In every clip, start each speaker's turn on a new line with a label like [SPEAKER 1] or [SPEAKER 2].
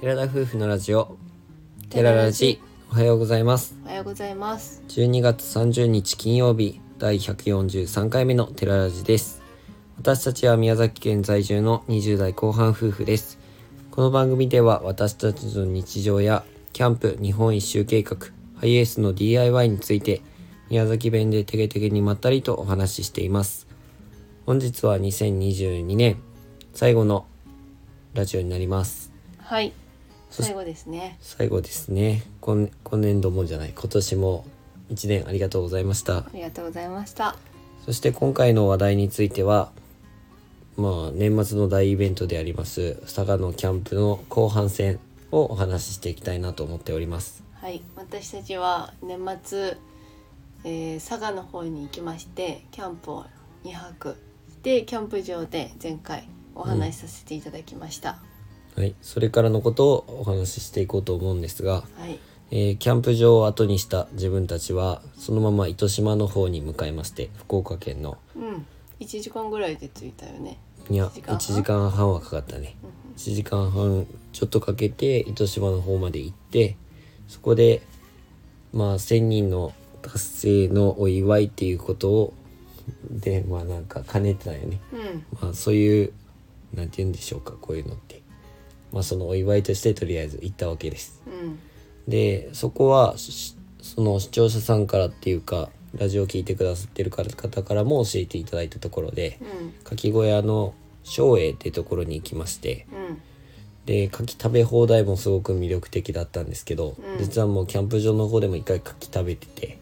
[SPEAKER 1] 田夫婦のラジオテララジおはようございます
[SPEAKER 2] おはようございます
[SPEAKER 1] 12月30日金曜日第143回目のテララジです私たちは宮崎県在住の20代後半夫婦ですこの番組では私たちの日常やキャンプ日本一周計画ハイエースの DIY について宮崎弁でテゲテゲにまったりとお話ししています本日は2022年最後のラジオになります
[SPEAKER 2] はい
[SPEAKER 1] そし
[SPEAKER 2] 最後ですね
[SPEAKER 1] 最後ですね今今年度もじゃない今年も1年ありがとうございました
[SPEAKER 2] ありがとうございました
[SPEAKER 1] そして今回の話題についてはまあ年末の大イベントであります佐賀のキャンプの後半戦をお話ししていきたいなと思っております
[SPEAKER 2] はい私たちは年末、えー佐賀の方に行きましてキャンプを2泊してキャンプ場で前回お話しさせていただきました、
[SPEAKER 1] はいそれからのことをお話ししていこうと思うんですが、
[SPEAKER 2] はい
[SPEAKER 1] えーキャンプ場を後にした自分たちはそのまま糸島の方に向かいまして福岡県の
[SPEAKER 2] うん1時間ぐらいで着いたよね
[SPEAKER 1] いや
[SPEAKER 2] 一時間半
[SPEAKER 1] 1時間半はかかったね
[SPEAKER 2] うん
[SPEAKER 1] 1時間半ちょっとかけて糸島の方まで行ってそこでまあ1,000人の達成のお祝いっていうことをでまあなんか兼ねてたよね、
[SPEAKER 2] うん
[SPEAKER 1] まあ、そういうなんて言うんでしょうかこういうのってまあそのお祝いとしてとりあえず行ったわけです
[SPEAKER 2] うん
[SPEAKER 1] でそこはしその視聴者さんからっていうかラジオを聞いてくださってる方からも教えていただいたところで
[SPEAKER 2] うん
[SPEAKER 1] かき小屋の松栄っていうところに行きまして
[SPEAKER 2] うん
[SPEAKER 1] で牡蠣食べ放題もすごく魅力的だったんですけど、
[SPEAKER 2] うん
[SPEAKER 1] 実はもうキャンプ場の方でも一回牡蠣食べてて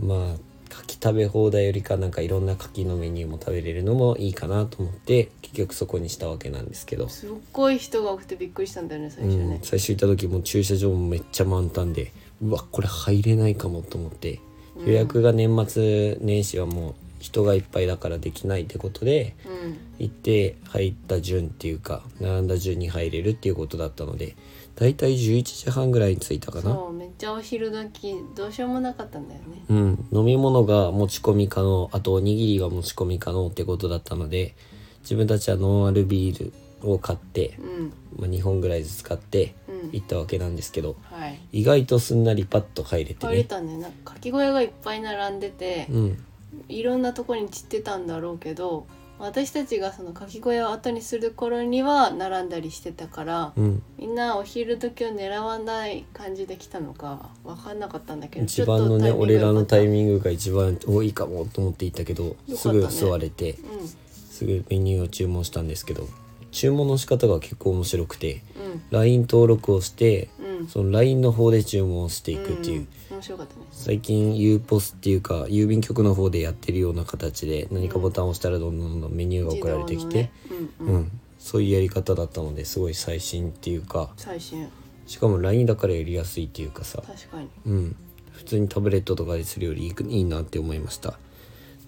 [SPEAKER 2] うん
[SPEAKER 1] まあ牡蠣食べ放題よりかなんかいろんな牡蠣のメニューも食べれるのもいいかなと思って結局そこにしたわけなんですけど、
[SPEAKER 2] すっごい人が多くてびっくりしたんだよね最
[SPEAKER 1] う
[SPEAKER 2] 初ね
[SPEAKER 1] ん、、最初行った時もう駐車場もめっちゃ満タンでうわこれ入れないかもと思って
[SPEAKER 2] うん
[SPEAKER 1] 予約が年末年始はもう人がいっぱいだからできないってことで
[SPEAKER 2] うん
[SPEAKER 1] 行って入った順っていうか並んだ順に入れるっていうことだったのでだいたい11時半ぐらいに着いたかな
[SPEAKER 2] そうめっちゃお昼時どうしようもなかったんだよね
[SPEAKER 1] うん飲み物が持ち込み可能あとおにぎりが持ち込み可能ってことだったので自分たちはノンアルビールを買って
[SPEAKER 2] う、ん
[SPEAKER 1] まあ、2本ぐらいずつ買って
[SPEAKER 2] うん
[SPEAKER 1] 行ったわけなんですけど
[SPEAKER 2] はい
[SPEAKER 1] 意外とすんなりパッと入れて
[SPEAKER 2] 入れ
[SPEAKER 1] ね
[SPEAKER 2] たんだよなんかかき小屋がいっぱい並んでて、
[SPEAKER 1] うん
[SPEAKER 2] いろんなとこに散ってたんだろうけど私たちがそのかき小屋を後にする頃には並んだりしてたから
[SPEAKER 1] うん
[SPEAKER 2] みんなお昼時を狙わない感じで来たのか分かんなかったんだけど
[SPEAKER 1] 一番のね
[SPEAKER 2] ちょっとタイミン
[SPEAKER 1] 俺
[SPEAKER 2] グが
[SPEAKER 1] らのタイ
[SPEAKER 2] 良かっ
[SPEAKER 1] ミングが一番多いかもと思って行ったけど
[SPEAKER 2] ね
[SPEAKER 1] すぐ座れてすぐメニューを注文したんですけど注文の仕方が結構面白くて
[SPEAKER 2] たうん
[SPEAKER 1] LINE 登録をして
[SPEAKER 2] うんうん
[SPEAKER 1] その LINE の方で注文をしていくっていう、
[SPEAKER 2] うん面白かったね
[SPEAKER 1] 最近 U ポスっていうか郵便局の方でやってるような形で何かボタンを押したらどんどんどんどんメニューが送られてきて、
[SPEAKER 2] 自動のねうん
[SPEAKER 1] う
[SPEAKER 2] うん
[SPEAKER 1] ん、そういうやり方だったのですごい最新っていうか
[SPEAKER 2] 最新
[SPEAKER 1] しかも LINE だからやりやすいっていうかさ、
[SPEAKER 2] 確かに
[SPEAKER 1] うん、普通にタブレットとかでするよりいいいいなって思いました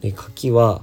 [SPEAKER 1] で柿は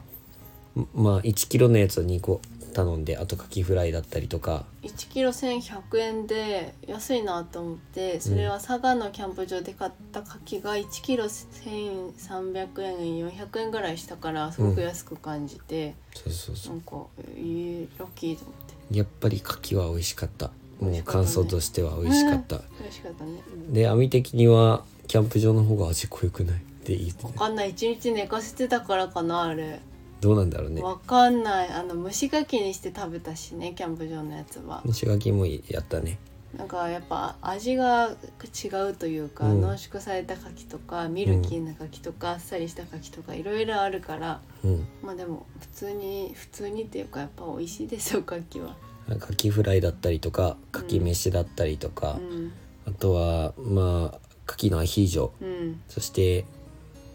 [SPEAKER 1] んまあ1キロのやつを2個頼んであと柿フライだったりとか
[SPEAKER 2] 1キロ1100円で安いなと思ってそれは佐賀のキャンプ場で買った柿が1キロ1300円400円ぐらいしたからすごく安く感じて、
[SPEAKER 1] そうそうそう
[SPEAKER 2] なんかえー、ラッキーと思って
[SPEAKER 1] やっぱり柿は美味しかった
[SPEAKER 2] 美
[SPEAKER 1] も
[SPEAKER 2] 味
[SPEAKER 1] う
[SPEAKER 2] しかったね
[SPEAKER 1] 感想としては美味しかった、
[SPEAKER 2] 嬉しかったね
[SPEAKER 1] で網的にはキャンプ場の方が味濃ゆくないって言って
[SPEAKER 2] 分
[SPEAKER 1] た
[SPEAKER 2] かんない1日寝かせてたからかなあれ
[SPEAKER 1] どうなんだろうね
[SPEAKER 2] 分かんないあの蒸し柿にして食べたしねキャンプ場のやつは
[SPEAKER 1] 蒸し柿もやったね
[SPEAKER 2] なんかやっぱ味が違うというか、
[SPEAKER 1] うん
[SPEAKER 2] 濃縮された柿とかミルキーな柿とか、あっさりした柿とかいろいろあるから
[SPEAKER 1] うん
[SPEAKER 2] まあでも普通に普通にっていうかやっぱ美味しいですよ柿は。
[SPEAKER 1] 柿フライだったりとか柿飯だったりとか
[SPEAKER 2] う、ん
[SPEAKER 1] あとはまあ柿のアヒージョ
[SPEAKER 2] うん、
[SPEAKER 1] そして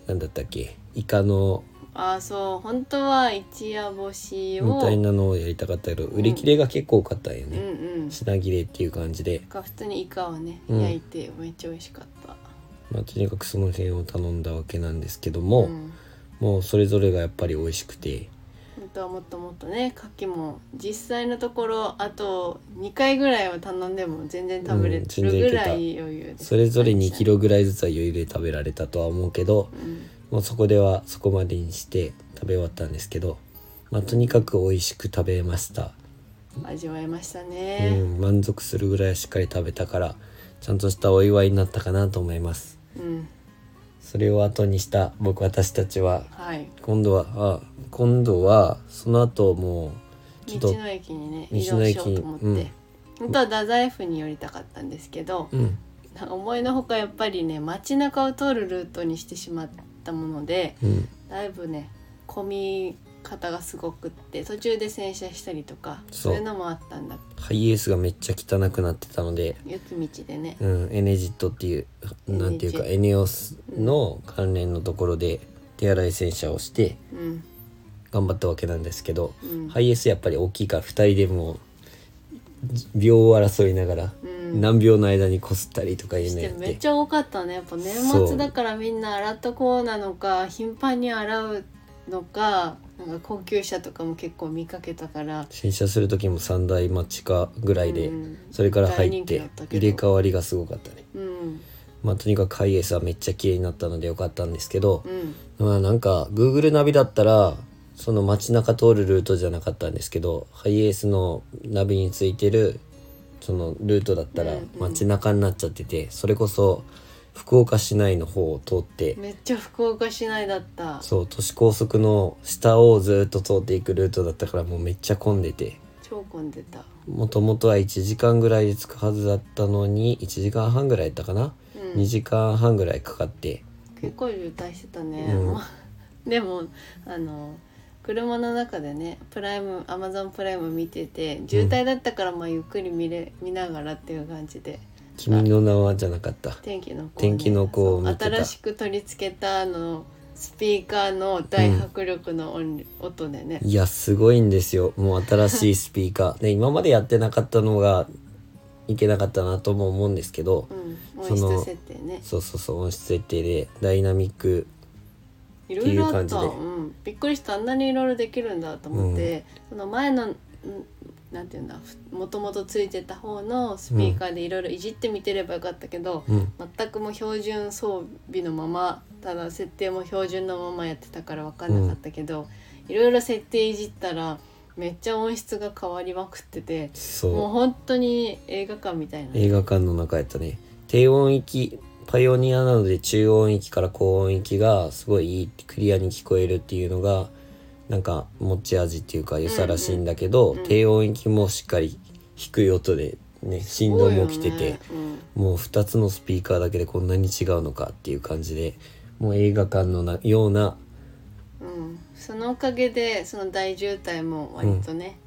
[SPEAKER 1] 何だったっけイカの
[SPEAKER 2] ああそう本当は一夜干しを
[SPEAKER 1] みたいなのをやりたかったけど売り切れが結構多かったんよ
[SPEAKER 2] うん
[SPEAKER 1] ね、
[SPEAKER 2] うん
[SPEAKER 1] 品切れっていう感じで、
[SPEAKER 2] が普通にイカをね
[SPEAKER 1] うん
[SPEAKER 2] 焼いてめっちゃ美味しかった。
[SPEAKER 1] まあ、とにかくその辺を頼んだわけなんですけど
[SPEAKER 2] う
[SPEAKER 1] も、
[SPEAKER 2] ん
[SPEAKER 1] もうそれぞれがやっぱり美味しくて
[SPEAKER 2] 本当はもっともっとね牡蠣も実際のところあと2回ぐらいは頼んでも全然食べれ
[SPEAKER 1] うん
[SPEAKER 2] る
[SPEAKER 1] 全然いけ
[SPEAKER 2] ぐ
[SPEAKER 1] た
[SPEAKER 2] らい余裕で、
[SPEAKER 1] それぞれ2キロぐらいずつは余裕で食べられたとは思うけど
[SPEAKER 2] うん
[SPEAKER 1] もうそこではそこまでにして食べ終わったんですけど、まあ、とにかく美味しく食べました
[SPEAKER 2] 味わえました
[SPEAKER 1] う
[SPEAKER 2] ね
[SPEAKER 1] ん、満足するぐらいしっかり食べたからちゃんとしたお祝いになったかなと思います
[SPEAKER 2] うん
[SPEAKER 1] それを後にした僕私たちは
[SPEAKER 2] はい
[SPEAKER 1] 今度はあ今度はその後もうちょっ
[SPEAKER 2] 道
[SPEAKER 1] と
[SPEAKER 2] の駅にね
[SPEAKER 1] 道
[SPEAKER 2] 移動
[SPEAKER 1] の
[SPEAKER 2] し
[SPEAKER 1] 駅
[SPEAKER 2] よ
[SPEAKER 1] に
[SPEAKER 2] うと思って、本当は太宰府に寄りたかったんですけど、
[SPEAKER 1] うん
[SPEAKER 2] なんか思いのほかやっぱりね街中を通るルートにしてしまったもので
[SPEAKER 1] うん
[SPEAKER 2] だいぶね混み方がすごくって途中で洗車したりとか
[SPEAKER 1] そ
[SPEAKER 2] そうういうのもあったんだ
[SPEAKER 1] ハイエースがめっちゃ汚くなってたので、
[SPEAKER 2] 雪道でね、
[SPEAKER 1] うん、エネジットっていうなんていうかエネオスの関連のところで手洗い洗車をして
[SPEAKER 2] うん
[SPEAKER 1] 頑張ったわけなんですけど、
[SPEAKER 2] うん
[SPEAKER 1] ハイエースやっぱり大きいから2人でもう秒を争いながら
[SPEAKER 2] うん、
[SPEAKER 1] 何秒の間にこすったりとかいう
[SPEAKER 2] し
[SPEAKER 1] の
[SPEAKER 2] て
[SPEAKER 1] やっ
[SPEAKER 2] めってちゃ多かったねやっぱ年末だからみんな洗っとこうなのか頻繁に洗うのかなんか高級車とかも結構見かけたから
[SPEAKER 1] 洗車する時も3台待ちかぐらいで、
[SPEAKER 2] うん
[SPEAKER 1] それから入っ
[SPEAKER 2] 大人気
[SPEAKER 1] て
[SPEAKER 2] だったけ
[SPEAKER 1] 入
[SPEAKER 2] ど
[SPEAKER 1] れ替わりがすごかったね。
[SPEAKER 2] うん
[SPEAKER 1] まあ、とにかくハイエースはめっちゃ綺麗になったのでよかったんですけど
[SPEAKER 2] う、ん
[SPEAKER 1] まあなんか Google ナビだったらその街中通るルートじゃなかったんですけどハイエースのナビについてるそのルートだったら
[SPEAKER 2] うんうん
[SPEAKER 1] 街中になっちゃってて、それこそ福岡市内の方を通って、
[SPEAKER 2] めっちゃ福岡市内だった
[SPEAKER 1] そう都市高速の下をずっと通っていくルートだったからもうめっちゃ混んでて
[SPEAKER 2] 超混んでた、
[SPEAKER 1] もともとは1時間ぐらいで着くはずだったのに1時間半ぐらいやったかな、
[SPEAKER 2] うん、
[SPEAKER 1] 2時間半ぐらいかかって
[SPEAKER 2] 結構渋滞してたね、
[SPEAKER 1] うん
[SPEAKER 2] まあ でもあの車の中でねプライムアマゾンプライム見てて渋滞だったからまあゆっくり見れ見ながらっていう感じで
[SPEAKER 1] 「君の名は」じゃなかった
[SPEAKER 2] 天気の子をね、
[SPEAKER 1] 天気の子を見てた
[SPEAKER 2] そう新しく取り付けたあのスピーカーの大迫力の音,、音でね
[SPEAKER 1] いやすごいんですよもう新しいスピーカ ーで今までやってなかったのがいけなかったなとも思うんですけど、
[SPEAKER 2] うん
[SPEAKER 1] そ
[SPEAKER 2] 音
[SPEAKER 1] の
[SPEAKER 2] 質設定ね
[SPEAKER 1] そうそうそう音質設定でダイナミック
[SPEAKER 2] いろい
[SPEAKER 1] っ
[SPEAKER 2] ろ
[SPEAKER 1] てい
[SPEAKER 2] あ
[SPEAKER 1] う感
[SPEAKER 2] っ
[SPEAKER 1] じ
[SPEAKER 2] た、
[SPEAKER 1] で
[SPEAKER 2] うん、びっくりしたあんなにいろいろできるんだと思って、その前のんなんていうんだふもともとついてた方のスピーカーでいろいろいじってみてればよかったけど、
[SPEAKER 1] うん
[SPEAKER 2] 全くもう標準装備のままただ設定も標準のままやってたから分かんなかったけど、いろいろ設定いじったらめっちゃ音質が変わりまくっててもう
[SPEAKER 1] そ
[SPEAKER 2] 本当に映画館みたいな、
[SPEAKER 1] う映画館の中やったね低音域パイオニアなので中音域から高音域がすごいいいクリアに聞こえるっていうのがなんか持ち味っていうか良さらしいんだけど、
[SPEAKER 2] うんうん
[SPEAKER 1] 低音域もしっかり低い音でね振動も来て
[SPEAKER 2] 多いよ
[SPEAKER 1] て
[SPEAKER 2] ね。うん
[SPEAKER 1] もう2つのスピーカーだけでこんなに違うのかっていう感じでもう映画館のなような
[SPEAKER 2] うん、そのおかげでその大渋滞も割とね、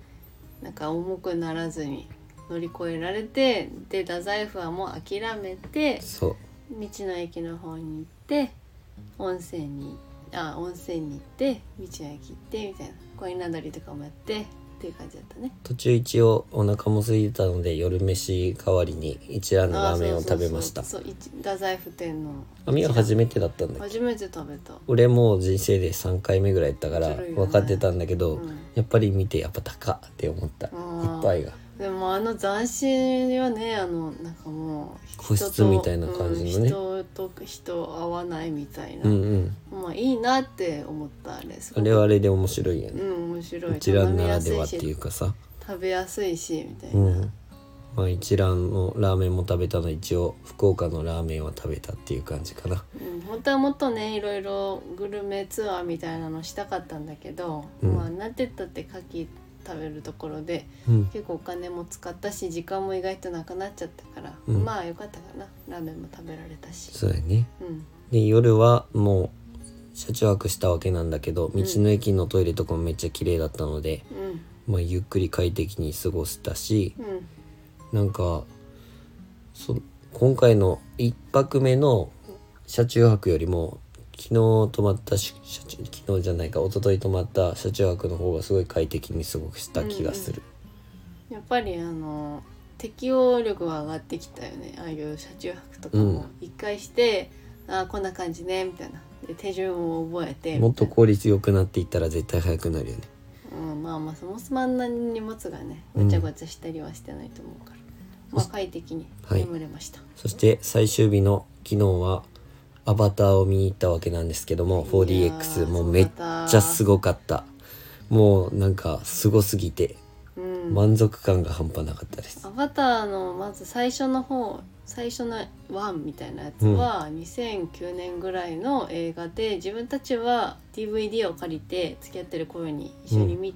[SPEAKER 2] なんか重くならずに乗り越えられてで太宰府はもう諦めて
[SPEAKER 1] そう
[SPEAKER 2] 道の駅の方に行って温泉にあ温泉に行って道の駅行ってみたいなコインランドリーとかもやってっていう感じだったね
[SPEAKER 1] 途中一応お腹も空いてたので夜飯代わりに一蘭のラーメンを食べました
[SPEAKER 2] あそうそうそうそう一太宰府店の
[SPEAKER 1] あみは初めてだったんだけど
[SPEAKER 2] 初めて食べた、
[SPEAKER 1] 俺もう人生で3回目ぐらいやったから
[SPEAKER 2] 面白いよね
[SPEAKER 1] 分かってたんだけど、
[SPEAKER 2] うん
[SPEAKER 1] やっぱり見てやっぱ高って思ったい
[SPEAKER 2] うん
[SPEAKER 1] っぱいが
[SPEAKER 2] でもあの斬新よねあのなんかもう人と
[SPEAKER 1] 個室みたいな感じのね
[SPEAKER 2] うん人と人合わないみたいな、
[SPEAKER 1] うんうん
[SPEAKER 2] まあいいなって思ったあれす
[SPEAKER 1] あ
[SPEAKER 2] ごく
[SPEAKER 1] れはあれで面白いよ
[SPEAKER 2] う
[SPEAKER 1] ね
[SPEAKER 2] ん面白い
[SPEAKER 1] 一蘭ならで
[SPEAKER 2] 頼み
[SPEAKER 1] は
[SPEAKER 2] や
[SPEAKER 1] って
[SPEAKER 2] すいし
[SPEAKER 1] いうかさ
[SPEAKER 2] 食べやすいしみたいな、
[SPEAKER 1] うん、まあ一蘭のラーメンも食べたので一応福岡のラーメンは食べたっていう感じかな
[SPEAKER 2] うん本当はもっとねいろいろグルメツアーみたいなのしたかったんだけど、
[SPEAKER 1] うん
[SPEAKER 2] まあなんて言ったって牡蠣食べるところで
[SPEAKER 1] うん
[SPEAKER 2] 結構お金も使ったし時間も意外となくなっちゃったから、
[SPEAKER 1] うん
[SPEAKER 2] まあよかったかなラーメンも食べられたし、
[SPEAKER 1] そうだね
[SPEAKER 2] うん、
[SPEAKER 1] で夜はもう車中泊したわけなんだけど道の駅のトイレとかもめっちゃ綺麗だったので、
[SPEAKER 2] うん
[SPEAKER 1] まあ、ゆっくり快適に過ごしたし
[SPEAKER 2] うん
[SPEAKER 1] なんかそ今回の1泊目の車中泊よりも昨日泊まったし車中昨日じゃないか一昨日泊まった車中泊の方がすごい快適に過ごした気がする。
[SPEAKER 2] やっぱりあの適応力は上がってきたよねああいう車中泊とか
[SPEAKER 1] うん
[SPEAKER 2] も一回して、ああこんな感じねみたいなで手順を覚えて
[SPEAKER 1] もっと
[SPEAKER 2] みたい
[SPEAKER 1] 効率良くなっていったら絶対早くなるよね
[SPEAKER 2] なうん、まあまあそもそもあんなに荷物がねごちゃごちゃしたりはしてないと思うから、まあ快適に
[SPEAKER 1] はい
[SPEAKER 2] 眠れました、
[SPEAKER 1] そして最終日の昨日はアバターを見に行ったわけなんですけども
[SPEAKER 2] いやー
[SPEAKER 1] 4DX もうめっちゃすごかったもうなんかすごすぎて
[SPEAKER 2] うん
[SPEAKER 1] 満足感が半端なかったです
[SPEAKER 2] アバターのまず最初の方最初のワンみたいなやつは2009年ぐらいの映画で自分たちは DVD を借りて付き合ってる頃に一緒に見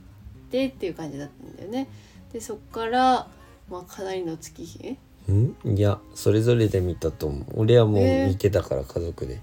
[SPEAKER 2] てっていう感じだったんだよね。でそっから、まあ、かなりの月日
[SPEAKER 1] んいやそれぞれで見たと思う俺はも
[SPEAKER 2] え
[SPEAKER 1] う
[SPEAKER 2] ー
[SPEAKER 1] 見てたから家族で、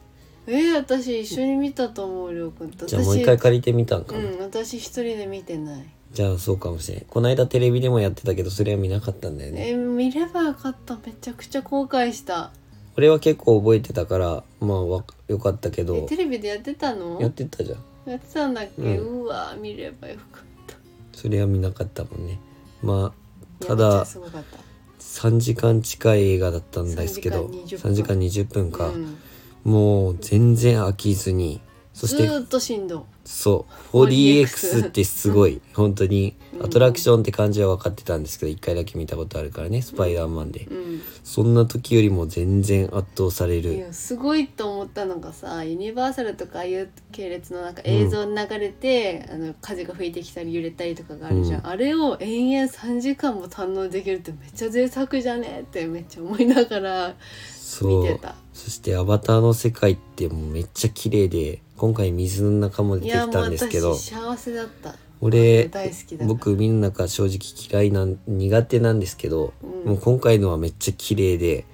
[SPEAKER 2] えー、私一緒に見たと思うりょうくんと
[SPEAKER 1] じゃあもう一回借りてみたんか
[SPEAKER 2] う
[SPEAKER 1] な、
[SPEAKER 2] ん私一人で見てない。
[SPEAKER 1] じゃあそうかもしれんこの間テレビでもやってたけどそれは見なかったんだよね
[SPEAKER 2] えー見ればよかっためちゃくちゃ後悔した
[SPEAKER 1] 俺は結構覚えてたからまあわよかったけ
[SPEAKER 2] え
[SPEAKER 1] ど
[SPEAKER 2] テレビでやってたの
[SPEAKER 1] やってたじゃん
[SPEAKER 2] やってたんだっけ、
[SPEAKER 1] う
[SPEAKER 2] うんわ見ればよかった
[SPEAKER 1] それは見なかったもんねまあた
[SPEAKER 2] いやめっちゃ
[SPEAKER 1] だ
[SPEAKER 2] すごかった
[SPEAKER 1] 3時間近い映画だったんですけど3
[SPEAKER 2] 3
[SPEAKER 1] 時
[SPEAKER 2] 時
[SPEAKER 1] 間
[SPEAKER 2] 間
[SPEAKER 1] 20分か、
[SPEAKER 2] うん、
[SPEAKER 1] もう全然飽きずにそし
[SPEAKER 2] ず
[SPEAKER 1] て
[SPEAKER 2] ーっとしんど
[SPEAKER 1] そう、4DX
[SPEAKER 2] 4DX
[SPEAKER 1] ってすご い、本当に
[SPEAKER 2] うん
[SPEAKER 1] アトラクションって感じは分かってたんですけど、一回だけ見たことあるからね、スパイダーマンで。
[SPEAKER 2] い、うん、
[SPEAKER 1] そんな時よりも全然圧倒され
[SPEAKER 2] い
[SPEAKER 1] る。
[SPEAKER 2] やすごいと思ったのがさユニバーサルとかああいう系列のなんか映像に流れて、あの風が吹いてきたり揺れたりとかがあるじゃん、
[SPEAKER 1] う
[SPEAKER 2] あれを延々3時間も堪能できるってめっちゃ贅沢じゃねってめっちゃ思いながら
[SPEAKER 1] そ
[SPEAKER 2] 見て
[SPEAKER 1] う。
[SPEAKER 2] た
[SPEAKER 1] そしてアバターの世界ってもうめっちゃ綺麗で、今回水の中も出
[SPEAKER 2] い
[SPEAKER 1] て
[SPEAKER 2] や
[SPEAKER 1] き
[SPEAKER 2] もう
[SPEAKER 1] たんですけど
[SPEAKER 2] 私、幸せだった
[SPEAKER 1] 俺、
[SPEAKER 2] 大好きだから
[SPEAKER 1] 僕見るの中正直嫌いなん、苦手なんですけど、
[SPEAKER 2] うん
[SPEAKER 1] もう今回のはめっちゃ綺麗で、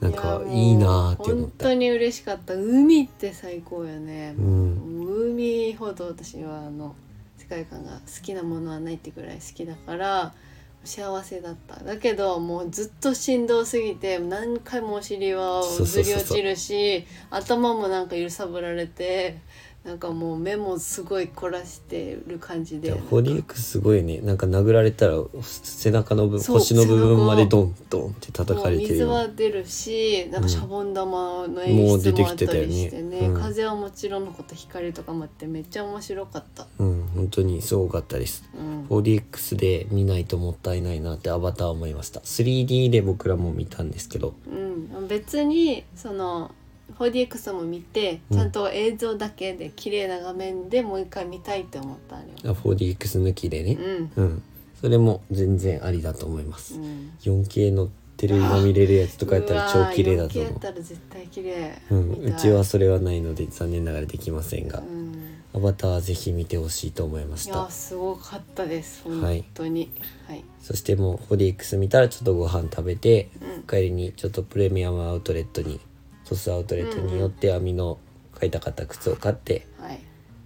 [SPEAKER 1] なんかいいなーって思っ
[SPEAKER 2] 本
[SPEAKER 1] た
[SPEAKER 2] 当。に嬉しかった海って最高よね
[SPEAKER 1] う、ん。
[SPEAKER 2] 海ほど私はあの世界観が好きなものはないってぐらい好きだから幸せだっただけどもうずっと振動すぎて何回もお尻は
[SPEAKER 1] そうそうそうそう
[SPEAKER 2] ずり落ちるし頭もなんか揺さぶられてなんかもう目もすごい凝らしてる感じ
[SPEAKER 1] い
[SPEAKER 2] で
[SPEAKER 1] やホリエクすごいねなんか殴られたら背中の部分
[SPEAKER 2] そう
[SPEAKER 1] 腰の部
[SPEAKER 2] 背中
[SPEAKER 1] 分
[SPEAKER 2] を
[SPEAKER 1] までドンドンって叩
[SPEAKER 2] も
[SPEAKER 1] か
[SPEAKER 2] う
[SPEAKER 1] れてる
[SPEAKER 2] 水
[SPEAKER 1] よ
[SPEAKER 2] は出るしなんかシャボン玉の演
[SPEAKER 1] もう出
[SPEAKER 2] 出
[SPEAKER 1] て
[SPEAKER 2] もあ
[SPEAKER 1] き
[SPEAKER 2] ってた
[SPEAKER 1] たよね
[SPEAKER 2] りしてね、
[SPEAKER 1] うん
[SPEAKER 2] 風はもちろんのこと光とかもあってめっちゃ面白かった、
[SPEAKER 1] うん本当にすごかったです
[SPEAKER 2] うん、
[SPEAKER 1] 4DX で見ないともったいないなってアバターは思いました 3D で僕らも見たんですけど
[SPEAKER 2] うん、別にその 4DX も見て
[SPEAKER 1] うん
[SPEAKER 2] ちゃんと映像だけで綺麗な画面でもう一回見たいって思ったあれ
[SPEAKER 1] あ
[SPEAKER 2] は
[SPEAKER 1] 4DX 抜きで
[SPEAKER 2] う
[SPEAKER 1] ね
[SPEAKER 2] ん、
[SPEAKER 1] うんそれも全然ありだと思います
[SPEAKER 2] うん、
[SPEAKER 1] 4K のテレビが見れるやつとかやったら
[SPEAKER 2] うわ
[SPEAKER 1] 超
[SPEAKER 2] ー
[SPEAKER 1] 綺麗だと
[SPEAKER 2] 4K や
[SPEAKER 1] 思
[SPEAKER 2] っ
[SPEAKER 1] う
[SPEAKER 2] たら絶対綺麗、
[SPEAKER 1] うん、
[SPEAKER 2] 見
[SPEAKER 1] う
[SPEAKER 2] たい
[SPEAKER 1] ちはそれはないので残念ながらできませんが
[SPEAKER 2] うん
[SPEAKER 1] アバターはぜひ見てほしいと思いまし
[SPEAKER 2] い
[SPEAKER 1] た
[SPEAKER 2] やすごかったです
[SPEAKER 1] はい
[SPEAKER 2] 本当にはい、
[SPEAKER 1] そしてもうホリックス見たらちょっとご飯食べて、
[SPEAKER 2] うん
[SPEAKER 1] 帰りにちょっとプレミアムアウトレットにトスアウトレットによって網の買いたかった靴を買って
[SPEAKER 2] はい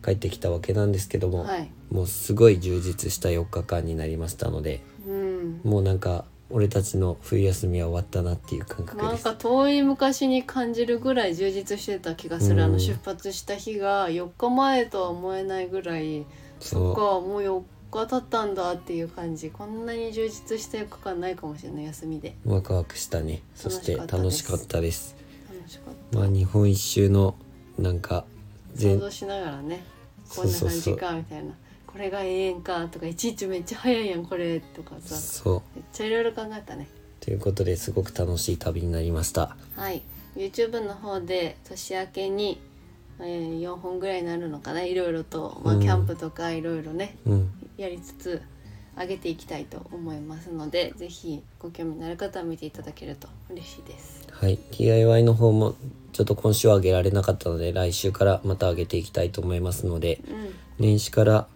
[SPEAKER 1] 帰ってきたわけなんですけども、
[SPEAKER 2] はい
[SPEAKER 1] もうすごい充実した4日間になりましたので
[SPEAKER 2] うん
[SPEAKER 1] もうなんか俺たちの冬休みは終わったなっていう感覚
[SPEAKER 2] な
[SPEAKER 1] で
[SPEAKER 2] ん
[SPEAKER 1] す
[SPEAKER 2] か遠い昔に感じるぐらい充実してた気がする、あ
[SPEAKER 1] う
[SPEAKER 2] の
[SPEAKER 1] ん
[SPEAKER 2] 出発した日が4日前とは思えないぐらいそっか
[SPEAKER 1] そ
[SPEAKER 2] もう4日経ったんだっていう感じこんなに充実した4日間ないかもしれない休みで
[SPEAKER 1] うワクワクしたねそして楽
[SPEAKER 2] 楽
[SPEAKER 1] し
[SPEAKER 2] し
[SPEAKER 1] か
[SPEAKER 2] か
[SPEAKER 1] っ
[SPEAKER 2] った
[SPEAKER 1] です
[SPEAKER 2] 楽しかった
[SPEAKER 1] まあ日本一周のなんか
[SPEAKER 2] 想
[SPEAKER 1] 全
[SPEAKER 2] 像しながらね
[SPEAKER 1] そ
[SPEAKER 2] こ
[SPEAKER 1] うん
[SPEAKER 2] な
[SPEAKER 1] そう
[SPEAKER 2] 感
[SPEAKER 1] そ
[SPEAKER 2] じ
[SPEAKER 1] う
[SPEAKER 2] かみたいなこれが永遠かとかいちいちめっちゃ早いやんこれとかさ
[SPEAKER 1] そう
[SPEAKER 2] めっちゃいろいろ考えたね
[SPEAKER 1] ということですごく楽しい旅になりました
[SPEAKER 2] はい YouTube の方で年明けに、えー、4本ぐらいになるのかないろいろと、まあ、
[SPEAKER 1] うん
[SPEAKER 2] キャンプとかいろいろね、
[SPEAKER 1] うん
[SPEAKER 2] やりつつ上げていきたいと思いますのでぜひご興味のある方は見ていただけると嬉しいです
[SPEAKER 1] はい、DIY の方もちょっと今週は上げられなかったので来週からまた上げていきたいと思いますので
[SPEAKER 2] うん
[SPEAKER 1] 年始から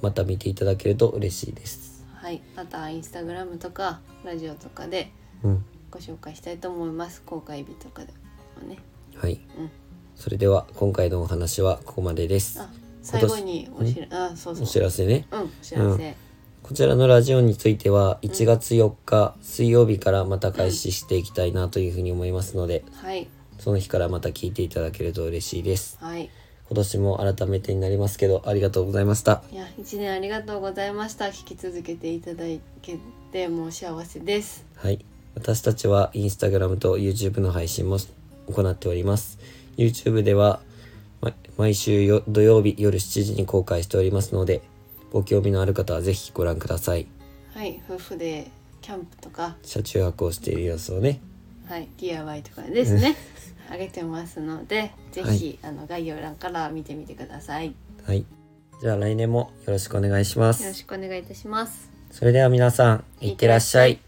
[SPEAKER 1] また見ていただけると嬉しいです。
[SPEAKER 2] はい、またインスタグラムとかラジオとかで
[SPEAKER 1] うん、
[SPEAKER 2] ご紹介したいと思います公開日とかでもね、
[SPEAKER 1] はい、
[SPEAKER 2] うん、
[SPEAKER 1] それでは今回のお話はここまでです
[SPEAKER 2] あ。最後にお知らあそう
[SPEAKER 1] お
[SPEAKER 2] そ
[SPEAKER 1] 知
[SPEAKER 2] う
[SPEAKER 1] らせね。
[SPEAKER 2] うんお知らせ、
[SPEAKER 1] こちらのラジオについては1月4日水曜日からまた開始していきたいなというふうに思いますので、
[SPEAKER 2] はい
[SPEAKER 1] その日からまた聞いていただけると嬉しいです。
[SPEAKER 2] はい
[SPEAKER 1] 今年も改めてになりますけどありがとうございました。
[SPEAKER 2] いや一年ありがとうございました聞き続けていただけてもう幸せです
[SPEAKER 1] はい。私たちはインスタグラムと YouTube の配信も行っております。YouTube ではま毎週よ土曜日夜7時に公開しておりますので、ご興味のある方はぜひご覧ください。
[SPEAKER 2] はい夫婦でキャンプとか
[SPEAKER 1] 車中泊をしている様子をね。
[SPEAKER 2] はい DIY とかですね あげてますのでぜひ、あの概要欄から見てみてください
[SPEAKER 1] はい。じゃあ来年もよろしくお願いしま
[SPEAKER 2] よろ
[SPEAKER 1] す
[SPEAKER 2] しくお願いいたします
[SPEAKER 1] それでは皆さんいってらっしゃい